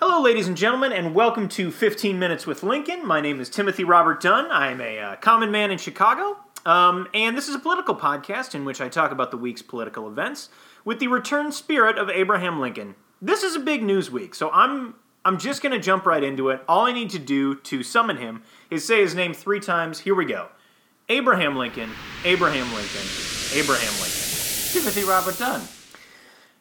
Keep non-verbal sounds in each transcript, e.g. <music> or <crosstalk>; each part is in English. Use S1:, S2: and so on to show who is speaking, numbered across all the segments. S1: Hello, ladies and gentlemen, and welcome to 15 Minutes with Lincoln. My name is Timothy Robert Dunn. I'm a uh, common man in Chicago, um, and this is a political podcast in which I talk about the week's political events with the returned spirit of Abraham Lincoln. This is a big news week, so I'm I'm just going to jump right into it. All I need to do to summon him is say his name three times. Here we go: Abraham Lincoln, Abraham Lincoln, Abraham Lincoln.
S2: Timothy Robert Dunn.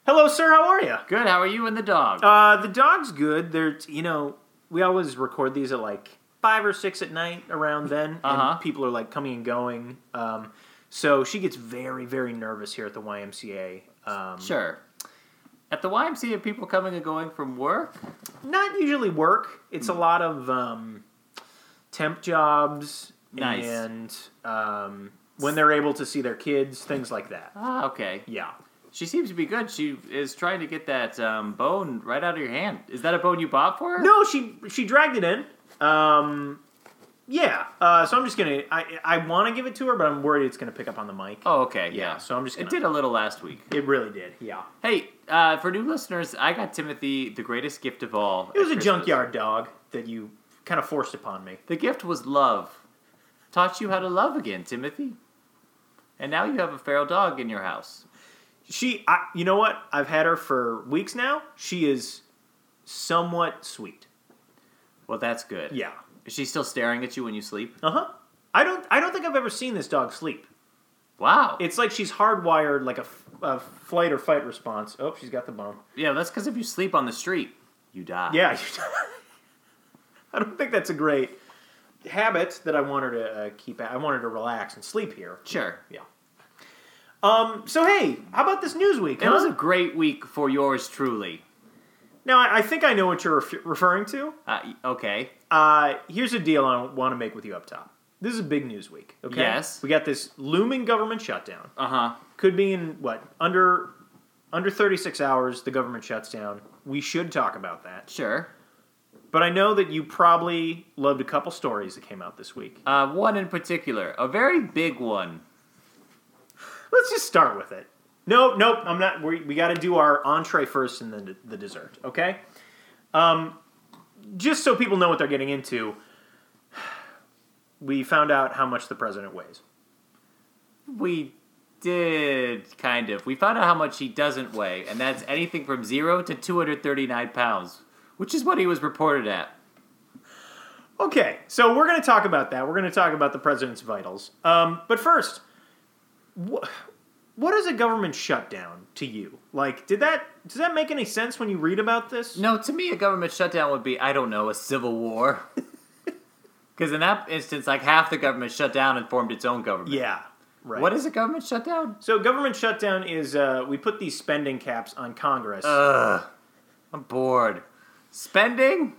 S1: Hello, sir. How are you?
S2: Good. How are you and the dog?
S1: Uh, the dog's good. They're you know we always record these at like five or six at night around then,
S2: Uh-huh.
S1: and people are like coming and going. Um, so she gets very very nervous here at the YMCA. Um,
S2: sure. At the YMCA, are people coming and going from work.
S1: Not usually work. It's
S2: Hmm.
S1: a lot of um, temp jobs
S2: Nice.
S1: and um, when they're able to see their kids, things like that.
S2: Ah, okay.
S1: Yeah.
S2: She seems to be good. She is trying to get that um, bone right out of your hand. Is that a bone you bought for her?
S1: No, she she dragged it in. Um, yeah. Uh, so I'm just gonna. I I want to give it to her, but I'm worried it's gonna pick up on the mic.
S2: Oh, okay. Yeah.
S1: yeah. So I'm just
S2: it
S1: gonna.
S2: did a little last week.
S1: It really did. Yeah.
S2: Hey, uh, for new listeners, I got Timothy the greatest gift of all.
S1: It was
S2: at
S1: a
S2: Christmas.
S1: junkyard dog that you kind of forced upon me.
S2: The gift was love. Taught you how to love again, Timothy. And now you have a feral dog in your house.
S1: She, I, you know what? I've had her for weeks now. She is somewhat sweet.
S2: Well, that's good.
S1: Yeah.
S2: Is she still staring at you when you sleep?
S1: Uh huh. I don't. I don't think I've ever seen this dog sleep.
S2: Wow.
S1: It's like she's hardwired like a, f- a flight or fight response. Oh, she's got the bone.
S2: Yeah, that's because if you sleep on the street, you die.
S1: Yeah. <laughs> I don't think that's a great habit that I want her to uh, keep. I want her to relax and sleep here.
S2: Sure.
S1: Yeah. Um. So hey, how about this news week?
S2: It was
S1: huh?
S2: a great week for yours truly.
S1: Now, I, I think I know what you're ref- referring to.
S2: Uh, y- okay.
S1: Uh, here's a deal I want to make with you up top. This is a big news week. Okay.
S2: Yes.
S1: We got this looming government shutdown.
S2: Uh huh.
S1: Could be in what under under 36 hours the government shuts down. We should talk about that.
S2: Sure.
S1: But I know that you probably loved a couple stories that came out this week.
S2: Uh, one in particular, a very big one.
S1: Let's just start with it. Nope, nope. I'm not. We, we got to do our entree first and then the dessert. Okay. Um, just so people know what they're getting into, we found out how much the president weighs.
S2: We did kind of. We found out how much he doesn't weigh, and that's anything from zero to two hundred thirty-nine pounds, which is what he was reported at.
S1: Okay, so we're going to talk about that. We're going to talk about the president's vitals. Um, but first, wh- what is a government shutdown to you? Like, did that does that make any sense when you read about this?
S2: No, to me, a government shutdown would be, I don't know, a civil war. <laughs> Because in that instance, like half the government shut down and formed its own government.
S1: Yeah. Right.
S2: What is a government shutdown?
S1: so government shutdown is uh, we put these spending caps on Congress.
S2: Oh, Ugh, I'm bored. Spending?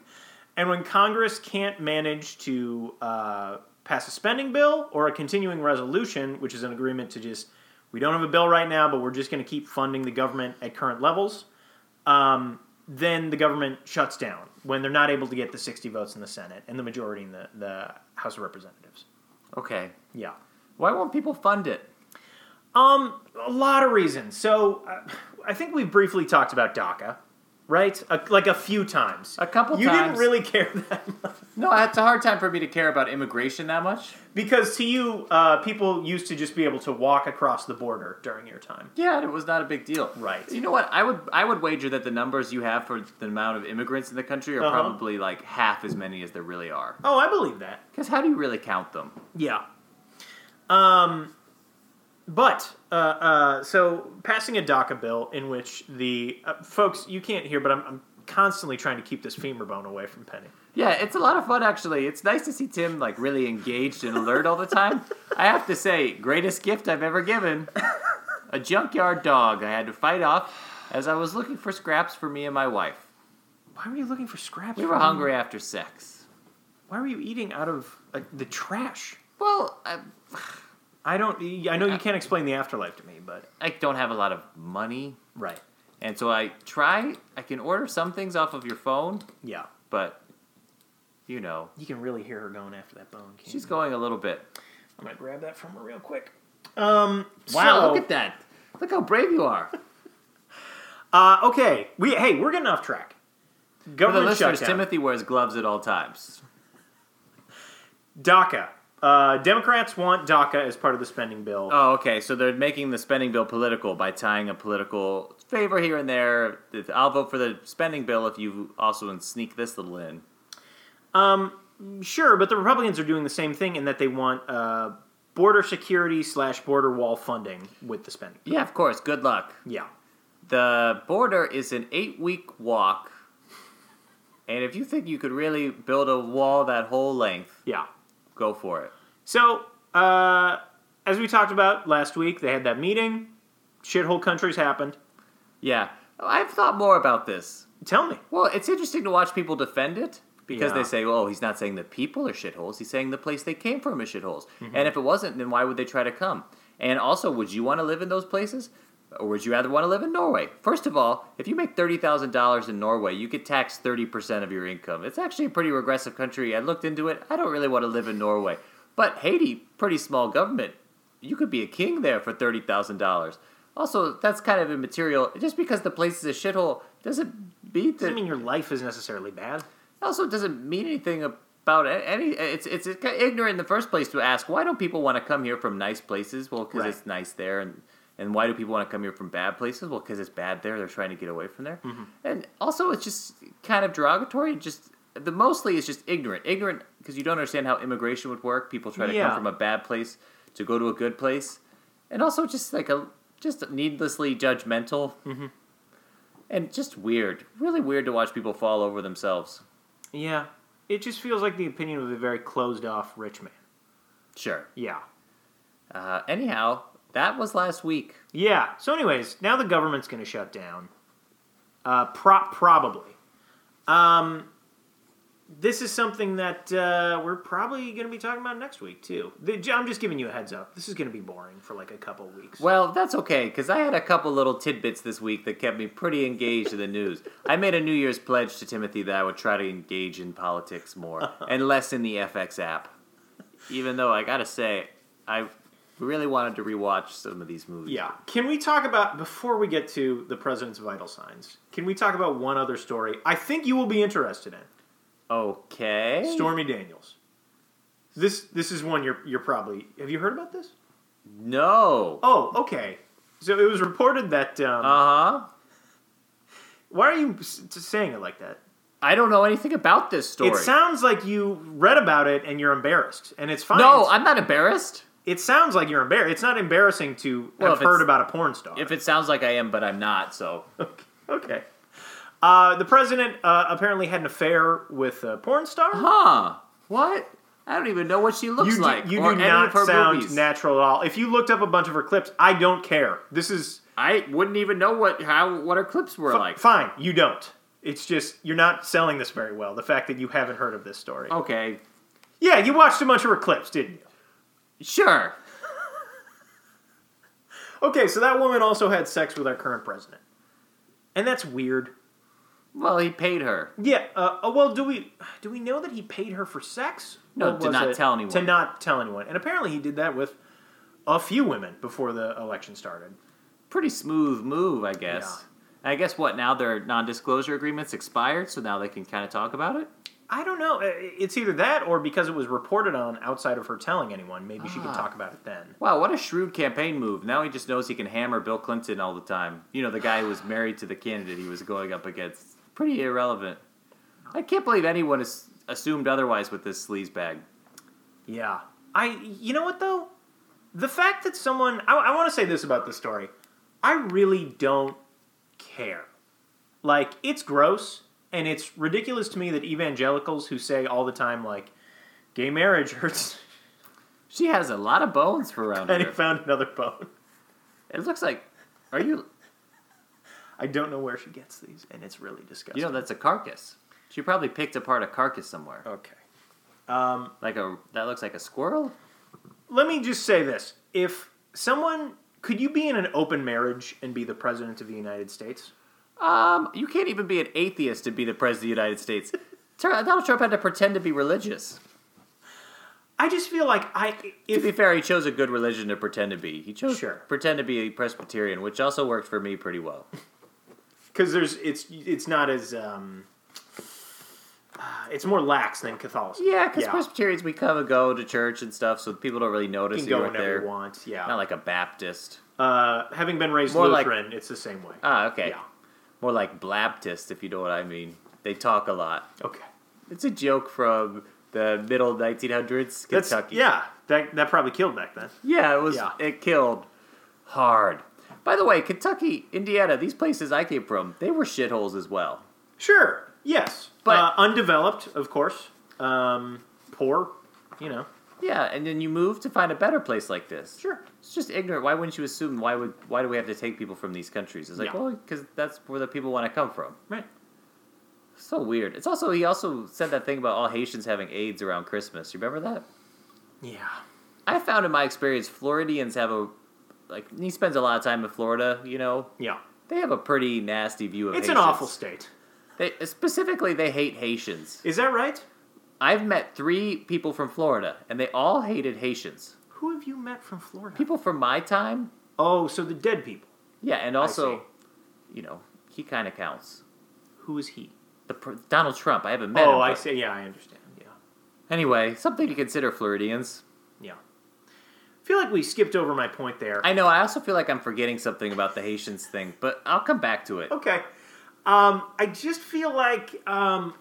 S1: And when Congress can't manage to uh, pass a spending bill or a continuing resolution, which is an agreement to just, we don't have a bill right now, but we're just going to keep funding the government at current levels, um, then the government shuts down when they're not able to get the 60 votes in the Senate and the majority in the, the House of Representatives.
S2: Okay.
S1: Yeah.
S2: Why won't people fund it?
S1: Um, a lot of reasons. So uh, I think we briefly talked about DACA, right? A, like a few times.
S2: A couple
S1: you
S2: times.
S1: didn't really <laughs> care that much.
S2: No, it's a hard time for me to care about immigration that much.
S1: Because to you, uh, people used to just be able to walk across the border during your time.
S2: Yeah, and it was not a big deal.
S1: Right.
S2: You know what? I would I would wager that the numbers you have for the amount of immigrants in the country are
S1: Uh-huh.
S2: probably like half as many as there really are.
S1: Oh, I believe that.
S2: Because how do you really count them?
S1: Yeah. Um, but uh, uh, so passing a DACA bill in which the uh, folks you can't hear, but I'm, I'm constantly trying to keep this femur bone away from Penny.
S2: Yeah, it's a lot of fun actually. It's nice to see Tim like really engaged and alert all the time. I have to say, greatest gift I've ever given. A junkyard dog I had to fight off as I was looking for scraps for me and my wife.
S1: Why were you looking for scraps?
S2: We were hungry after sex.
S1: Why were you eating out of uh, the trash?
S2: Well, I,
S1: I don't. I know you can't explain the afterlife to me, but
S2: I don't have a lot of money,
S1: right.
S2: and so I try I can order some things off of your phone,
S1: Yeah,
S2: but you know,
S1: you can really hear her going after that bone. Can't
S2: she's
S1: you?
S2: going a little bit.
S1: I'm gonna grab that from her real quick. Um,
S2: Wow,
S1: so-
S2: look at that. Look how brave you are.
S1: Uh, okay, we hey, we're getting off track.
S2: For the
S1: Government
S2: listeners,
S1: shutdown.
S2: Timothy wears gloves at all times.
S1: DACA. Uh, Democrats want DACA as part of the spending bill.
S2: Oh, okay. So they're making the spending bill political by tying a political favor here and there. If- I'll vote for the spending bill if you also sneak this little in.
S1: Sure, but the Republicans are doing the same thing in that they want uh, border security slash border wall funding with the spending.
S2: Yeah, of course. Good luck.
S1: Yeah.
S2: The border is an eight week walk. And if you think you could really build a wall that whole length,
S1: Yeah.
S2: go for it.
S1: So, uh, as we talked about last week, they had that meeting. Shithole countries happened.
S2: Yeah. I've thought more about this.
S1: Tell me.
S2: Well, it's interesting to watch people defend it because
S1: Yeah.
S2: they say, "Oh, he's not saying the people are shitholes. He's saying the place they came from is shitholes."
S1: Mm-hmm.
S2: And if it wasn't, then why would they try to come? And also, would you want to live in those places, or would you rather want to live in Norway? First of all, if you make thirty thousand dollars in Norway, you get taxed thirty percent of your income. It's actually a pretty regressive country. I looked into it. I don't really want to live in Norway, but Haiti, pretty small government. You could be a king there for thirty thousand dollars. Also, that's kind of immaterial. Just because the place is a shithole doesn't beat that
S1: Doesn't mean your life is necessarily bad.
S2: also it doesn't mean anything about a- any. It's it's it's kinda ignorant in the first place to ask why don't people want to come here from nice places? Well, because
S1: Right.
S2: it's nice there, and and why do people want to come here from bad places? Well, because it's bad there. They're trying to get away from there,
S1: Mm-hmm.
S2: and also it's just kind of derogatory. Just the mostly is just ignorant, ignorant because you don't understand how immigration would work. People try to
S1: Yeah.
S2: come from a bad place to go to a good place, and also just like a just needlessly judgmental.
S1: Mm-hmm.
S2: And just weird, really weird to watch people fall over themselves.
S1: Yeah. It just feels like the opinion of a very closed off rich man.
S2: Sure.
S1: Yeah.
S2: Uh, anyhow, that was last week.
S1: Yeah. So, anyways, now the government's going to shut down. Uh, pro- probably. Um, this is something that uh, we're probably going to be talking about next week too. The, I'm just giving you a heads up. This is going to be boring for like a couple weeks.
S2: Well, that's okay, because I had a couple little tidbits this week that kept me pretty engaged in the news. I made a New Year's pledge to Timothy that I would try to engage in politics more
S1: <laughs>
S2: and less in the FX app. Even though I gotta say, I really wanted to rewatch some of these movies.
S1: yeah. Can we talk about before we get to the president's vital signs? Can we talk about one other story? I think you will be interested in
S2: Okay.
S1: Stormy Daniels. This this is one you're you're probably have you heard about this?
S2: No.
S1: Oh, okay. So it was reported that um,
S2: Uh huh.
S1: Why are you s- s- saying it like that?
S2: I don't know anything about this story.
S1: It sounds like you read about it and you're embarrassed, and it's fine.
S2: no,
S1: It's-
S2: I'm not embarrassed.
S1: it sounds like you're embarrassed. It's not embarrassing to
S2: Well,
S1: have
S2: if it's-
S1: heard about a porn star.
S2: If it sounds like I am, but I'm not, so.
S1: okay. Uh, the president uh, apparently had an affair with a porn star.
S2: Huh? What? I don't even know what she looks
S1: You do,
S2: like.
S1: you
S2: or
S1: do
S2: any
S1: not
S2: of her
S1: sound
S2: movies.
S1: natural at all. If you looked up a bunch of her clips, I don't care. This is
S2: I wouldn't even know what how what her clips were
S1: f-
S2: like.
S1: fine. You don't. It's just you're not selling this very well. The fact that you haven't heard of this story.
S2: Okay,
S1: Yeah, you watched a bunch of her clips, didn't you?
S2: sure.
S1: Okay, so that woman also had sex with our current president. And that's weird.
S2: Well, he paid her.
S1: Yeah, uh, oh, well, do we do we know that he paid her for sex?
S2: No,
S1: Or
S2: to
S1: was
S2: not
S1: it-
S2: tell anyone.
S1: To not tell anyone. And apparently he did that with a few women before the election started.
S2: Pretty smooth move, I guess. I guess what now their non-disclosure agreements expired, so now they can kind of talk about it.
S1: I don't know. uh, It's either that or because it was reported on outside of her telling anyone, maybe she could
S2: Ah.
S1: talk about it then.
S2: Wow, what a shrewd campaign move. Now he just knows he can hammer Bill Clinton all the time. You know, the guy
S1: <sighs>
S2: who was married to the candidate he was going up against. Pretty irrelevant. I can't believe anyone has assumed otherwise with this sleaze bag.
S1: Yeah. I you know what though? The fact that someone I, I want to say this about this story. I really don't care. Like it's gross and it's ridiculous to me that evangelicals who say all the time like gay marriage hurts <laughs>
S2: She has a lot of bones for around
S1: and he
S2: her.
S1: found another bone.
S2: It looks like. Are you?
S1: I don't know where she gets these and it's really disgusting.
S2: You know that's a carcass. She probably picked apart a carcass somewhere.
S1: okay. Um
S2: Like a that looks like a squirrel.
S1: let me just say this. If someone could you be in an open marriage and be the president of the United States?
S2: Um, you can't even be an atheist to be the president of the United States. <laughs> Tur- Donald Trump had to pretend to be religious.
S1: I just feel like I
S2: To
S1: if
S2: be fair, he chose a good religion to pretend to be. He chose
S1: Sure.
S2: pretend to be a Presbyterian, which also worked for me pretty well.
S1: because there's it's it's not as um, It's more lax than Catholicism.
S2: Yeah, because Presbyterians we come and go to church and stuff, so people don't really notice
S1: you can go
S2: that you're
S1: whenever
S2: there.
S1: you want. Yeah.
S2: Not like a Baptist.
S1: uh, having been raised
S2: More like-
S1: Lutheran, it's the same way.
S2: Ah, okay.
S1: Yeah.
S2: More like Blaptist, if you know what I mean. They talk a lot.
S1: Okay.
S2: It's a joke from the middle 1900s
S1: That's
S2: Kentucky.
S1: yeah. That that probably killed back then.
S2: Yeah, it was.
S1: Yeah.
S2: It killed hard. By the way, Kentucky, Indiana, these places I came from, they were shitholes as well.
S1: Sure. Yes.
S2: But-
S1: uh, undeveloped, of course. Um, poor. You know.
S2: Yeah, and then you move to find a better place like this.
S1: Sure.
S2: It's just ignorant. Why wouldn't you assume? Why would? Why do we have to take people from these countries? It's like,
S1: Yeah.
S2: well, because that's where the people want to come from.
S1: Right.
S2: So weird. It's also he also said that thing about all Haitians having AIDS around Christmas. You remember that?
S1: Yeah.
S2: I found in my experience, Floridians have a like. He spends a lot of time in Florida. You know,
S1: Yeah.
S2: they have a pretty nasty view of.
S1: It's an
S2: Haitians.
S1: awful state.
S2: They, specifically, they hate Haitians.
S1: Is that right?
S2: I've met three people from Florida, and they all hated Haitians.
S1: Who have you met from Florida?
S2: People from my time,
S1: Oh, so the dead people.
S2: yeah, and
S1: see.
S2: also, you know, he kind of counts.
S1: Who is he?
S2: The pr- Donald Trump. I haven't met him.
S1: Oh, I
S2: but-
S1: see. Yeah, I understand. Yeah.
S2: Anyway, something to consider, Floridians.
S1: Yeah. I feel like we skipped over my point there.
S2: I know. I also feel like I'm forgetting something about the Haitians thing, but I'll come back to it.
S1: okay. Um, I just feel like um,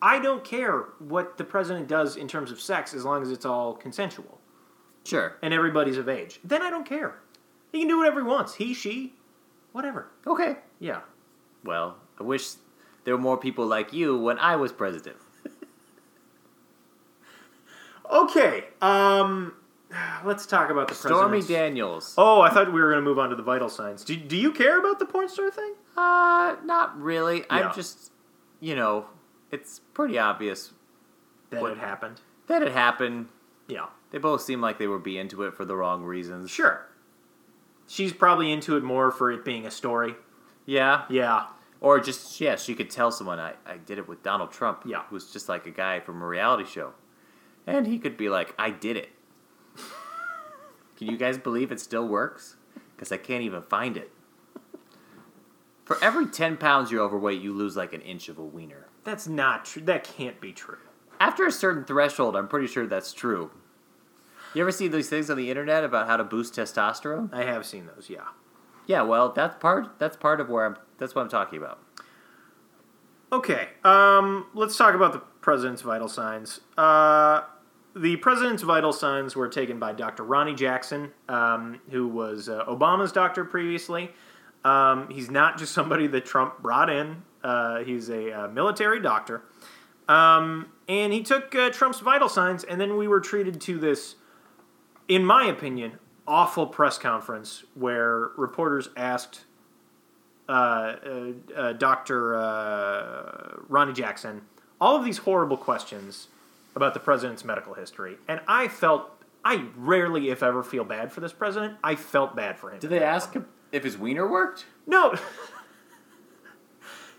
S1: I don't care what the president does in terms of sex as long as it's all consensual
S2: Sure.
S1: and everybody's of age. Then I don't care. He can do whatever he wants. He, she, whatever.
S2: Okay.
S1: Yeah.
S2: Well, I wish there were more people like you when I was president.
S1: Okay. Um, let's talk about the
S2: Stormy
S1: president's-
S2: Daniels.
S1: Oh, I thought we were going to move on to the vital signs. Do, do you care about the porn star thing?
S2: Uh, not really.
S1: Yeah.
S2: I'm just, you know, it's pretty obvious
S1: That
S2: What-
S1: it happened.
S2: that it happened.
S1: Yeah.
S2: They both seem like they would be into it for the wrong reasons.
S1: Sure. She's probably into it more for it being a story.
S2: Yeah.
S1: Yeah.
S2: Or just, yeah, she could tell someone, I, I did it with Donald Trump.
S1: Yeah.
S2: Who was just like a guy from a reality show. And he could be like, I did it. <laughs> Can you guys believe it still works? Because I can't even find it. For every 10 pounds you're overweight, you lose like an inch of a wiener.
S1: That's not true. That can't be true.
S2: After a certain threshold, I'm pretty sure that's true. You ever see these things on the internet about how to boost testosterone?
S1: I have seen those, yeah.
S2: Yeah, well, that's part that's part of where I'm that's what I'm talking about.
S1: Okay, um, let's talk about the president's vital signs. Uh, the president's vital signs were taken by Dr. Ronnie Jackson, um, who was uh, Obama's doctor previously. Um, he's not just somebody that Trump brought in, uh, he's a uh, military doctor. Um, and he took uh, Trump's vital signs, and then we were treated to this, in my opinion, awful press conference where reporters asked uh, uh, Dr. Uh, Ronnie Jackson all of these horrible questions about the president's medical history. And I felt, I rarely, if ever, feel bad for this president. I felt bad for him.
S2: Did they ask him if his wiener worked?
S1: No. <laughs>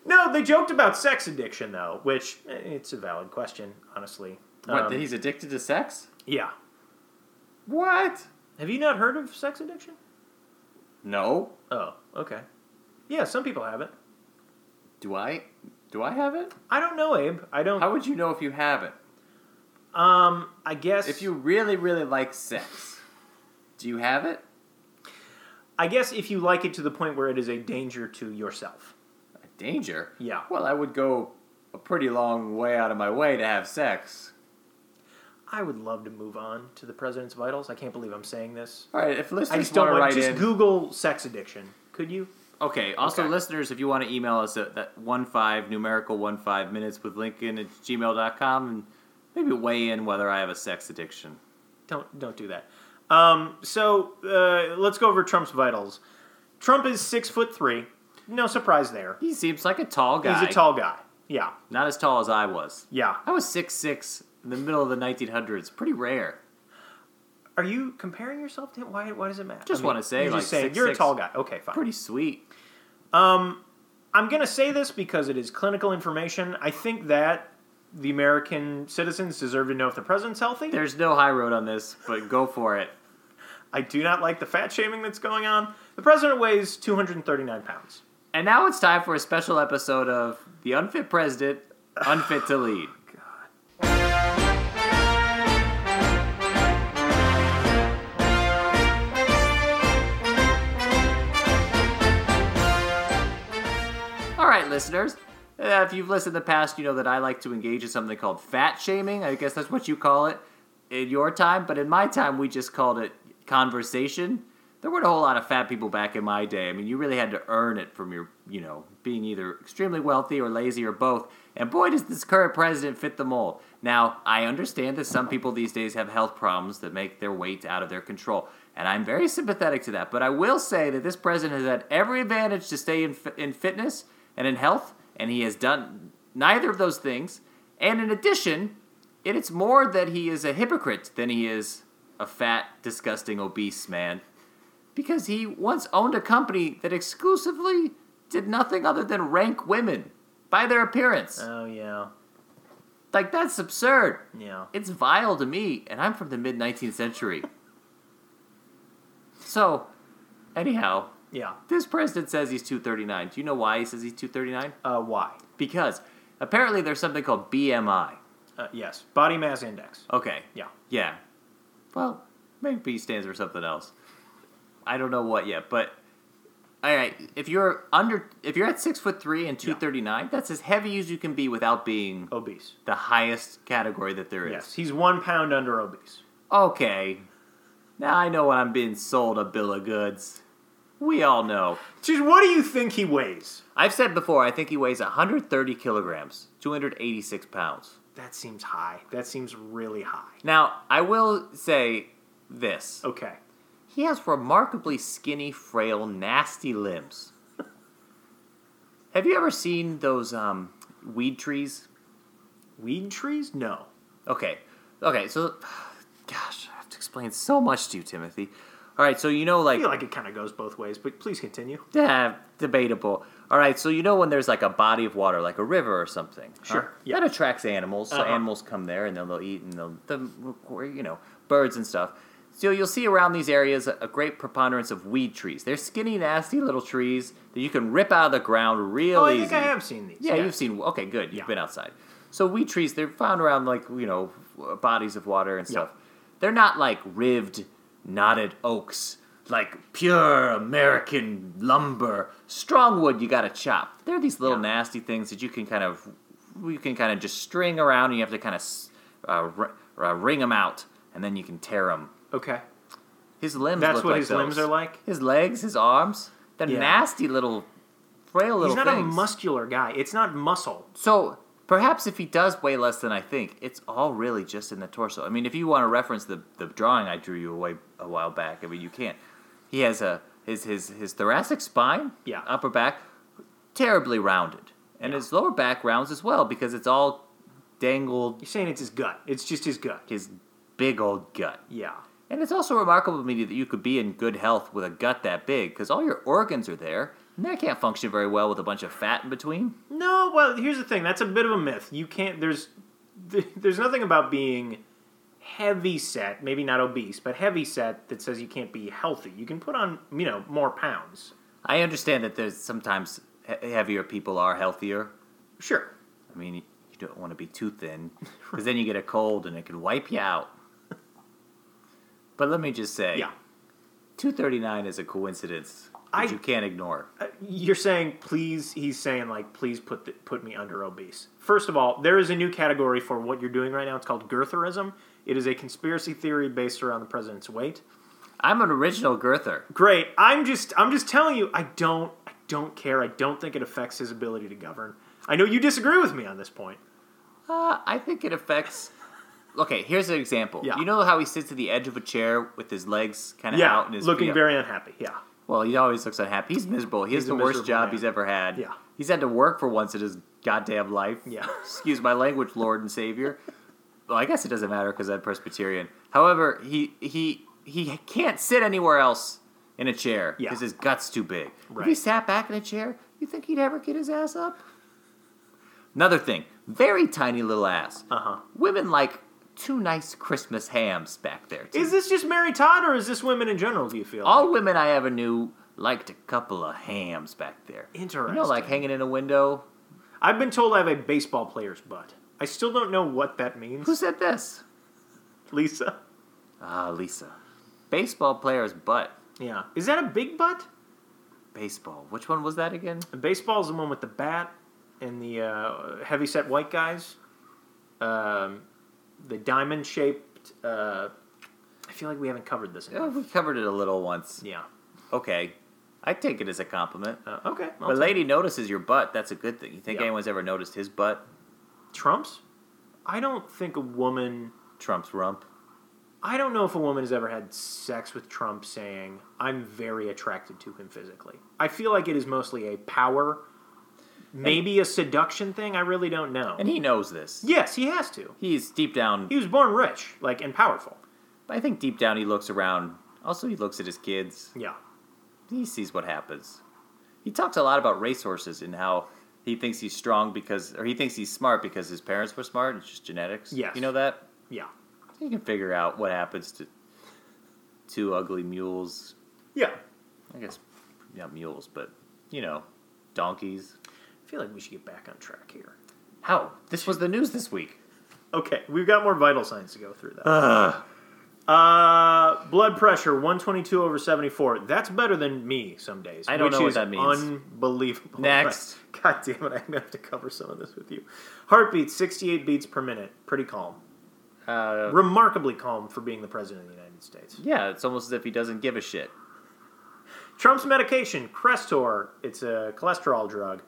S1: no, they joked about sex addiction, though, which eh, it's a valid question, honestly.
S2: What,
S1: Um,
S2: that he's addicted to sex?
S1: yeah.
S2: What?
S1: Have you not heard of sex addiction?
S2: No.
S1: Oh, okay. Yeah, some people have it.
S2: Do I do I have it?
S1: I don't know, Abe. I don't.
S2: How would you know if you have it?
S1: Um, I guess
S2: If you really, really like sex, do you have it?
S1: I guess if you like it to the point where it is a danger to yourself.
S2: A danger?
S1: Yeah.
S2: Well, I would go a pretty long way out of my way to have sex.
S1: I would love to move on to the president's vitals. I can't believe I'm saying this.
S2: All right, if listeners
S1: I just don't
S2: want to
S1: want
S2: write
S1: just
S2: in,
S1: Google sex addiction. Could you?
S2: okay. Also,
S1: Okay.
S2: listeners, if you want to email us at that one five numerical one five minutes with Lincoln at gmail.com and maybe weigh in whether I have a sex addiction.
S1: Don't don't do that. Um, so uh, let's go over Trump's vitals. Trump is six foot three. No surprise there.
S2: He seems like a tall guy.
S1: He's a tall guy. Yeah,
S2: not as tall as I was.
S1: yeah.
S2: I was six six in the middle of the nineteen hundreds. Pretty rare.
S1: Are you comparing yourself to him? Why? Why does it matter?
S2: Just wanna say,
S1: you're
S2: like,
S1: just saying
S2: six-
S1: you're
S2: six-
S1: a tall guy. Okay, fine.
S2: Pretty sweet.
S1: I'm going to say this because it is clinical information. I think that the American citizens deserve to know if the president's healthy.
S2: There's no high road on this, but go for it.
S1: I do not like the fat shaming that's going on. The president weighs 239 pounds.
S2: And now it's time for a special episode of the unfit president, unfit to lead. All right, listeners. Uh, if you've listened in the past, you know that I like to engage in something called fat shaming. I guess that's what you call it in your time, but in my time, we just called it conversation. There weren't a whole lot of fat people back in my day. I mean, you really had to earn it from your, you know, being either extremely wealthy or lazy or both. And boy, does this current president fit the mold. Now, I understand that some people these days have health problems that make their weight out of their control. And I'm very sympathetic to that. But I will say that this president has had every advantage to stay in, fi- in fitness and in health, and he has done neither of those things. And in addition, it, it's more that he is a hypocrite than he is a fat, disgusting, obese man. Because he once owned a company that exclusively did nothing other than rank women by their appearance.
S1: Oh yeah,
S2: Like, that's absurd.
S1: yeah.
S2: It's vile to me, and I'm from the mid 19th century. so, anyhow,
S1: Yeah.
S2: this president says he's 239. Do you know why he says he's 239?
S1: Uh, why?
S2: Because apparently there's something called BMI.
S1: Uh, yes. Body mass index.
S2: Okay.
S1: Yeah.
S2: Yeah. Well, maybe B stands for something else. I don't know what yet, but all right. If you're under, if you're at six foot three and two thirty nine, that's as heavy as you can be without being
S1: Obese.
S2: the highest category that there is.
S1: Oh. Yes. He's one pound under obese.
S2: Okay. Now I know when I'm being sold a bill of goods. We all know.
S1: Jeez, what do you think he weighs?
S2: I've said before. I think he weighs 130 kilograms, 286 pounds.
S1: That seems high. That seems really high.
S2: Now I will say this.
S1: Okay.
S2: He has remarkably skinny, frail, nasty limbs. Have you ever seen those um, weed trees?
S1: Weed trees? No.
S2: Okay, okay. So, <sighs> gosh, I have to explain so much to you, Timothy. All right, so you know,
S1: I
S2: like,
S1: feel like it kind of goes both ways, but please continue.
S2: eh, debatable. All right, so you know when there's like a body of water, like a river or something.
S1: Sure, yeah.
S2: That attracts animals, so
S1: Uh-huh.
S2: animals come there and they'll, they'll eat and they'll, the or, you know, birds and stuff. So you'll see around these areas a, a great preponderance of weed trees. They're skinny, nasty little trees that you can rip out of the ground real
S1: Oh, I
S2: easy.
S1: think I have seen these.
S2: Yeah, you've seen. Okay, good. You've
S1: Yeah.
S2: been outside. So weed trees, they're found around like you know bodies of water and stuff. They're not like rived, knotted oaks, like pure American lumber, strong wood. You got to chop. They're these little
S1: Yeah.
S2: nasty things that you can kind of, you can kind of just string around, and you have to kind of uh, r- uh, wring them out, and then you can tear them.
S1: Okay.
S2: His limbs.
S1: That's
S2: look
S1: what
S2: like
S1: his
S2: those.
S1: limbs are like.
S2: His legs, his arms. They're
S1: Yeah.
S2: nasty little, frail little.
S1: He's not a
S2: things.
S1: muscular guy. It's not muscle.
S2: So perhaps if he does weigh less than I think, it's all really just in the torso. I mean, if you want to reference the, the drawing I drew you away a while back, I mean you can't. He has a his his his thoracic spine,
S1: Yeah.
S2: upper back, terribly rounded, and
S1: Yeah.
S2: his lower back rounds as well because it's all dangled
S1: You're saying it's his gut. It's just his gut.
S2: his big old gut.
S1: Yeah.
S2: And it's also remarkable to me that you could be in good health with a gut that big because all your organs are there and they can't function very well with a bunch of fat in between.
S1: No, well, here's the thing. That's a bit of a myth. You can't. There's <laughs> th- there's nothing about being heavy set, maybe not obese, but heavy set that says you can't be healthy. You can put on, you know, more pounds.
S2: I understand that there's sometimes he- heavier people are healthier.
S1: Sure.
S2: I mean, you don't want to be
S1: <laughs>
S2: too thin because then you get a cold and it can wipe you out. <laughs> But let me just say,
S1: Yeah.
S2: 239 is a coincidence that
S1: I-
S2: you can't ignore.
S1: Uh, You're saying please. He's saying like please put the, put me under obese. First of all, there is a new category for what you're doing right now. It's called girtherism. It is a conspiracy theory based around the president's weight.
S2: I'm an original girther.
S1: great. I'm just I'm just telling you, I don't I don't care. I don't think it affects his ability to govern. I know you disagree with me on this point.
S2: Uh, I think it affects. <laughs> Okay, here's an example.
S1: Yeah.
S2: You know how he sits at the edge of a chair with his legs kind of
S1: Yeah,
S2: out and his
S1: looking
S2: feet up?
S1: very unhappy. Yeah.
S2: Well, he always looks unhappy. He's miserable. He has
S1: He's
S2: the
S1: a
S2: worst
S1: miserable
S2: job
S1: man.
S2: he's ever had.
S1: Yeah.
S2: He's had to work for once in his goddamn life. <laughs>
S1: Yeah.
S2: Excuse my language, Lord and Savior. well, I guess it doesn't matter because I'm Presbyterian. However, he he he can't sit anywhere else in a chair
S1: Yeah.
S2: because his gut's too big. If he
S1: Right.
S2: sat back in a chair, you think he'd ever get his ass up? Another thing, very tiny little ass.
S1: Uh-huh.
S2: Women like two nice Christmas hams back there. too.
S1: Is this just Mary Todd or is this women in general, do you feel?
S2: All women I ever knew liked a couple of hams back there.
S1: Interesting.
S2: You know, like hanging in a window.
S1: I've been told I have a baseball player's butt. I still don't know what that means.
S2: Who said this?
S1: Lisa?
S2: Ah, Lisa. Baseball player's butt.
S1: Yeah. Is that a big butt?
S2: baseball. Which one was that again?
S1: And baseball's the one with the bat and the uh, heavyset white guys. Um, the diamond shaped. Uh, I feel like we haven't covered this
S2: Oh,
S1: enough.
S2: we covered it a little once.
S1: Yeah.
S2: Okay. I take it as a compliment.
S1: Uh, okay. I'll
S2: The
S1: take-
S2: lady notices your butt. That's a good thing. You think
S1: Yeah.
S2: anyone's ever noticed his butt?
S1: Trump's? I don't think a woman.
S2: Trump's rump.
S1: I don't know if a woman has ever had sex with Trump saying, I'm very attracted to him physically. I feel like it is mostly a power, maybe a seduction thing. I really don't know.
S2: And he knows this.
S1: yes, he has to.
S2: He's deep down.
S1: He was born rich, like, and powerful.
S2: I think deep down he looks around. Also, he looks at his kids.
S1: Yeah.
S2: He sees what happens. He talks a lot about racehorses and how he thinks he's strong because, or he thinks he's smart because his parents were smart. It's just genetics.
S1: Yes.
S2: You know that?
S1: Yeah.
S2: You can figure out what happens to two ugly mules.
S1: Yeah.
S2: I guess not mules, but you know, donkeys.
S1: I feel like we should get back on track here.
S2: How? This was the news this week.
S1: Okay, we've got more vital signs to go through, though.
S2: Ugh.
S1: Uh, blood pressure 122 over 74. That's better than me some days.
S2: I don't
S1: which
S2: know what
S1: is
S2: that means.
S1: Unbelievable. <laughs>
S2: Next.
S1: God damn it, I'm gonna have to cover some of this with you. Heartbeat 68 beats per minute. Pretty calm.
S2: Uh,
S1: Remarkably calm for being the president of the United States.
S2: yeah, it's almost as if he doesn't give a shit.
S1: Trump's medication, Crestor. It's a cholesterol drug.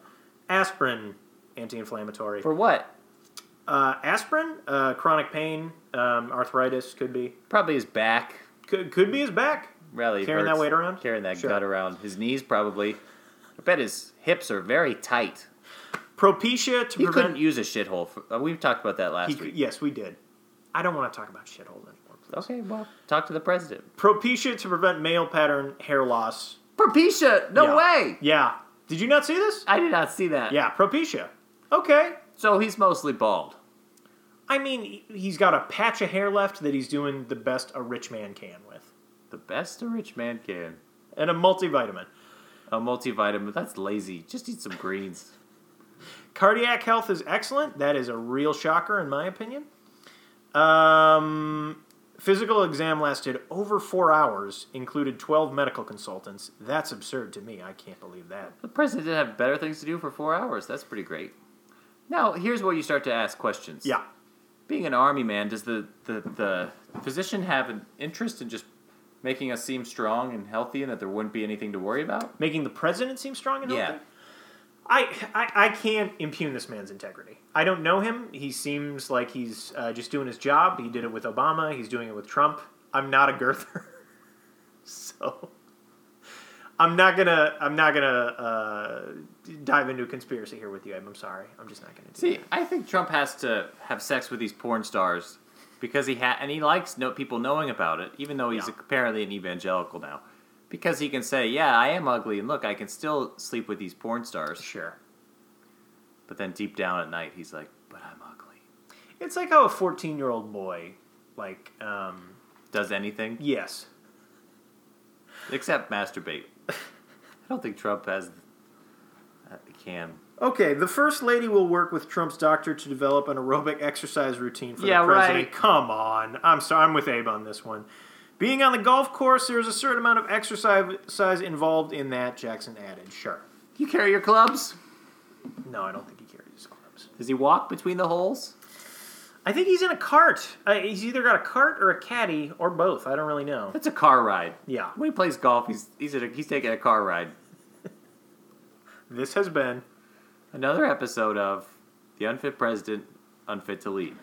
S1: Aspirin, anti-inflammatory.
S2: For what?
S1: Uh, aspirin, uh, chronic pain, um, arthritis could be.
S2: Probably his back.
S1: Could, could be his back.
S2: Really
S1: Carrying
S2: hurts.
S1: that weight around?
S2: Carrying that
S1: Sure.
S2: gut around. His knees probably. I bet his hips are very tight.
S1: Propecia to
S2: He
S1: prevent
S2: couldn't use a shithole. For, uh, we've talked about that last
S1: He-
S2: week.
S1: yes, we did. I don't want to talk about shitholes anymore. Please.
S2: Okay, well, talk to the president.
S1: Propecia to prevent male pattern hair loss.
S2: Propecia, no
S1: Yeah.
S2: way!
S1: Yeah. Did you not see this?
S2: I did not see that.
S1: Yeah, Propecia. Okay.
S2: So he's mostly bald.
S1: I mean, he- he's got a patch of hair left that he's doing the best a rich man can with,
S2: The best a rich man can.
S1: and a multivitamin.
S2: A multivitamin. That's lazy. Just eat some greens.
S1: Cardiac health is excellent. That is a real shocker, in my opinion. Um, physical exam lasted over four hours, included 12 medical consultants. That's absurd to me. I can't believe that.
S2: The president did have better things to do for four hours. That's pretty great. Now, here's where you start to ask questions.
S1: Yeah.
S2: Being an army man, does the, the, the physician have an interest in just making us seem strong and healthy and that there wouldn't be anything to worry about?
S1: making the president seem strong and
S2: Yeah.
S1: healthy. I, I I can't impugn this man's integrity. I don't know him. He seems like he's uh, just doing his job. He did it with Obama. He's doing it with Trump. I'm not a girther, <laughs> so I'm not gonna I'm not gonna uh, dive into a conspiracy here with you. Abe. I'm sorry. I'm just not gonna do
S2: See, I think Trump has to have sex with these porn stars because he ha- and he likes no people knowing about it, even though he's
S1: Yeah.
S2: apparently an evangelical now. Because he can say, "Yeah, I am ugly, and look, I can still sleep with these porn
S1: that.
S2: stars."
S1: Sure.
S2: But then deep down at night, he's like, "But I'm ugly."
S1: It's like how a 14 year old boy, like um,
S2: Does anything
S1: yes,
S2: except masturbate. <laughs> I don't think Trump has. uh, Can
S1: Okay, the first lady will work with Trump's doctor to develop an aerobic exercise routine for
S2: Yeah,
S1: the president.
S2: right.
S1: Come on. I'm sorry, I'm with Abe on this one. Being on the golf course, there's a certain amount of exercise size involved in that, Jackson added. Sure.
S2: you carry your clubs?
S1: No, I don't think he carries his clubs.
S2: Does he walk between the holes?
S1: I think he's in a cart. Uh, he's either got a cart or a caddy or both. I don't really know.
S2: That's a car ride.
S1: Yeah.
S2: When he plays golf, he's he's at a, he's taking a car ride.
S1: This has been
S2: Another episode of The Unfit President, Unfit to Lead.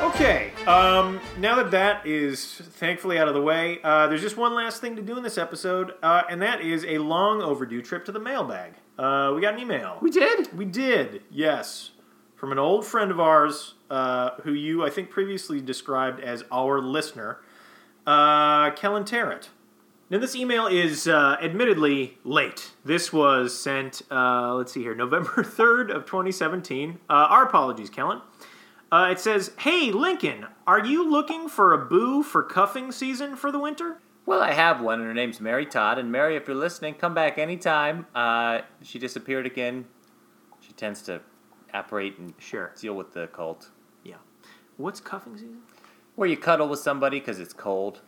S1: Okay, um, now that that is thankfully out of the way, uh, there's just one last thing to do in this episode, uh, and that is a long overdue trip to the mailbag. Uh, we got an email.
S2: We did?
S1: We did, yes, from an old friend of ours uh, who you, I think, previously described as our listener, uh, Kellen Tarrant. Now, this email is uh, admittedly late. This was sent, uh, let's see here, November <laughs> 3rd of 2017. Uh, our apologies, Kellen. Uh, it says, Hey, Lincoln, are you looking for a boo for cuffing season for the winter?
S2: Well, I have one, and her name's Mary Todd. And Mary, if you're listening, come back anytime. Uh, she disappeared again. She tends to operate and
S1: Sure.
S2: deal with the cult.
S1: Yeah. What's cuffing season?
S2: Where you cuddle with somebody because it's cold.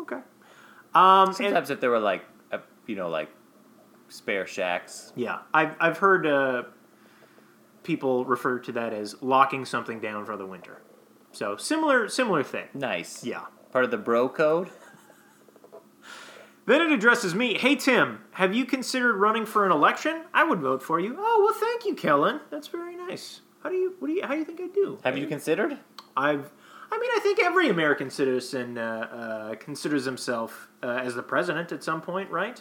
S1: Okay. Um, and-
S2: Sometimes if there were like, a, you know, like spare shacks.
S1: Yeah, I've I've heard uh, people refer to that as locking something down for the winter. So similar similar thing.
S2: Nice.
S1: Yeah.
S2: Part of the bro code.
S1: Then it addresses me. Hey Tim, have you considered running for an election? I would vote for you. Oh well, thank you, Kellen. That's very nice. How do you what do you how do you think I do?
S2: Have you considered?
S1: I've I mean I think every American citizen uh, uh, considers himself uh, as the president at some point, right?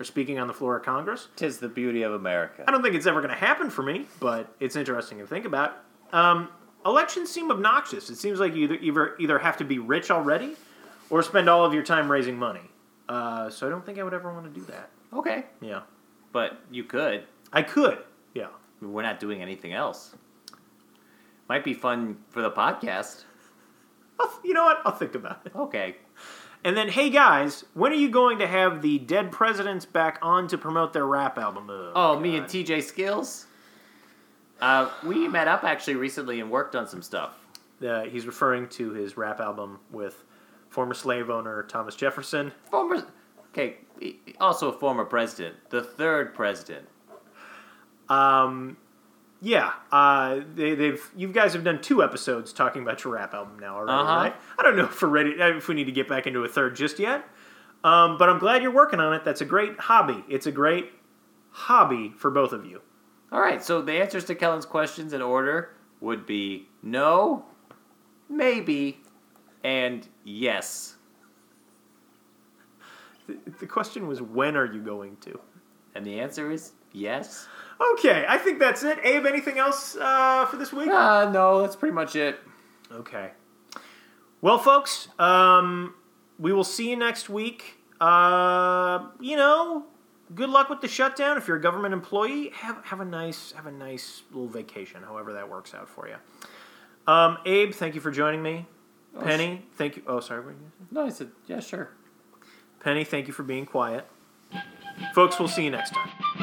S1: Or speaking on the floor of Congress.
S2: Tis the beauty of America.
S1: I don't think it's ever going to happen for me, but it's interesting to think about. Um, elections seem obnoxious. It seems like you either, either either have to be rich already, or spend all of your time raising money. Uh, so I don't think I would ever want to do that.
S2: Okay.
S1: Yeah,
S2: But you could.
S1: I could. Yeah,
S2: We're not doing anything else. Might be fun for the podcast.
S1: I'll th- you know what? I'll think about it.
S2: Okay.
S1: And then, hey guys, when are you going to have the dead presidents back on to promote their rap album?
S2: Oh, me and TJ Skills. Uh, we met up actually recently and worked on some stuff.
S1: Uh, he's referring to his rap album with former slave owner Thomas Jefferson.
S2: Former, okay, he- also a former president, the third president.
S1: Um, yeah, uh, they, they've you guys have done two episodes talking about your rap album now already,
S2: Uh-huh.
S1: right? I don't know if we're ready if we need to get back into a third just yet, um, but I'm glad you're working on it. That's a great hobby. It's a great hobby for both of you.
S2: All right, so the answers to Kellen's questions in order would be no, maybe, and yes.
S1: The, the question was when are you going to?
S2: And the answer is yes.
S1: Okay, I think that's it. Abe, anything else uh, for this week?
S2: Uh, no, that's pretty much it.
S1: Okay. Well, folks, um, we will see you next week. Uh, you know, good luck with the shutdown. If you're a government employee, have have a nice have a nice little vacation, however that works out for you. Um, Abe, thank you for joining me. Penny, thank you. Oh, sorry. what were you gonna say?
S2: No, I said, yeah, sure.
S1: Penny, thank you for being quiet. Folks, we'll see you next time.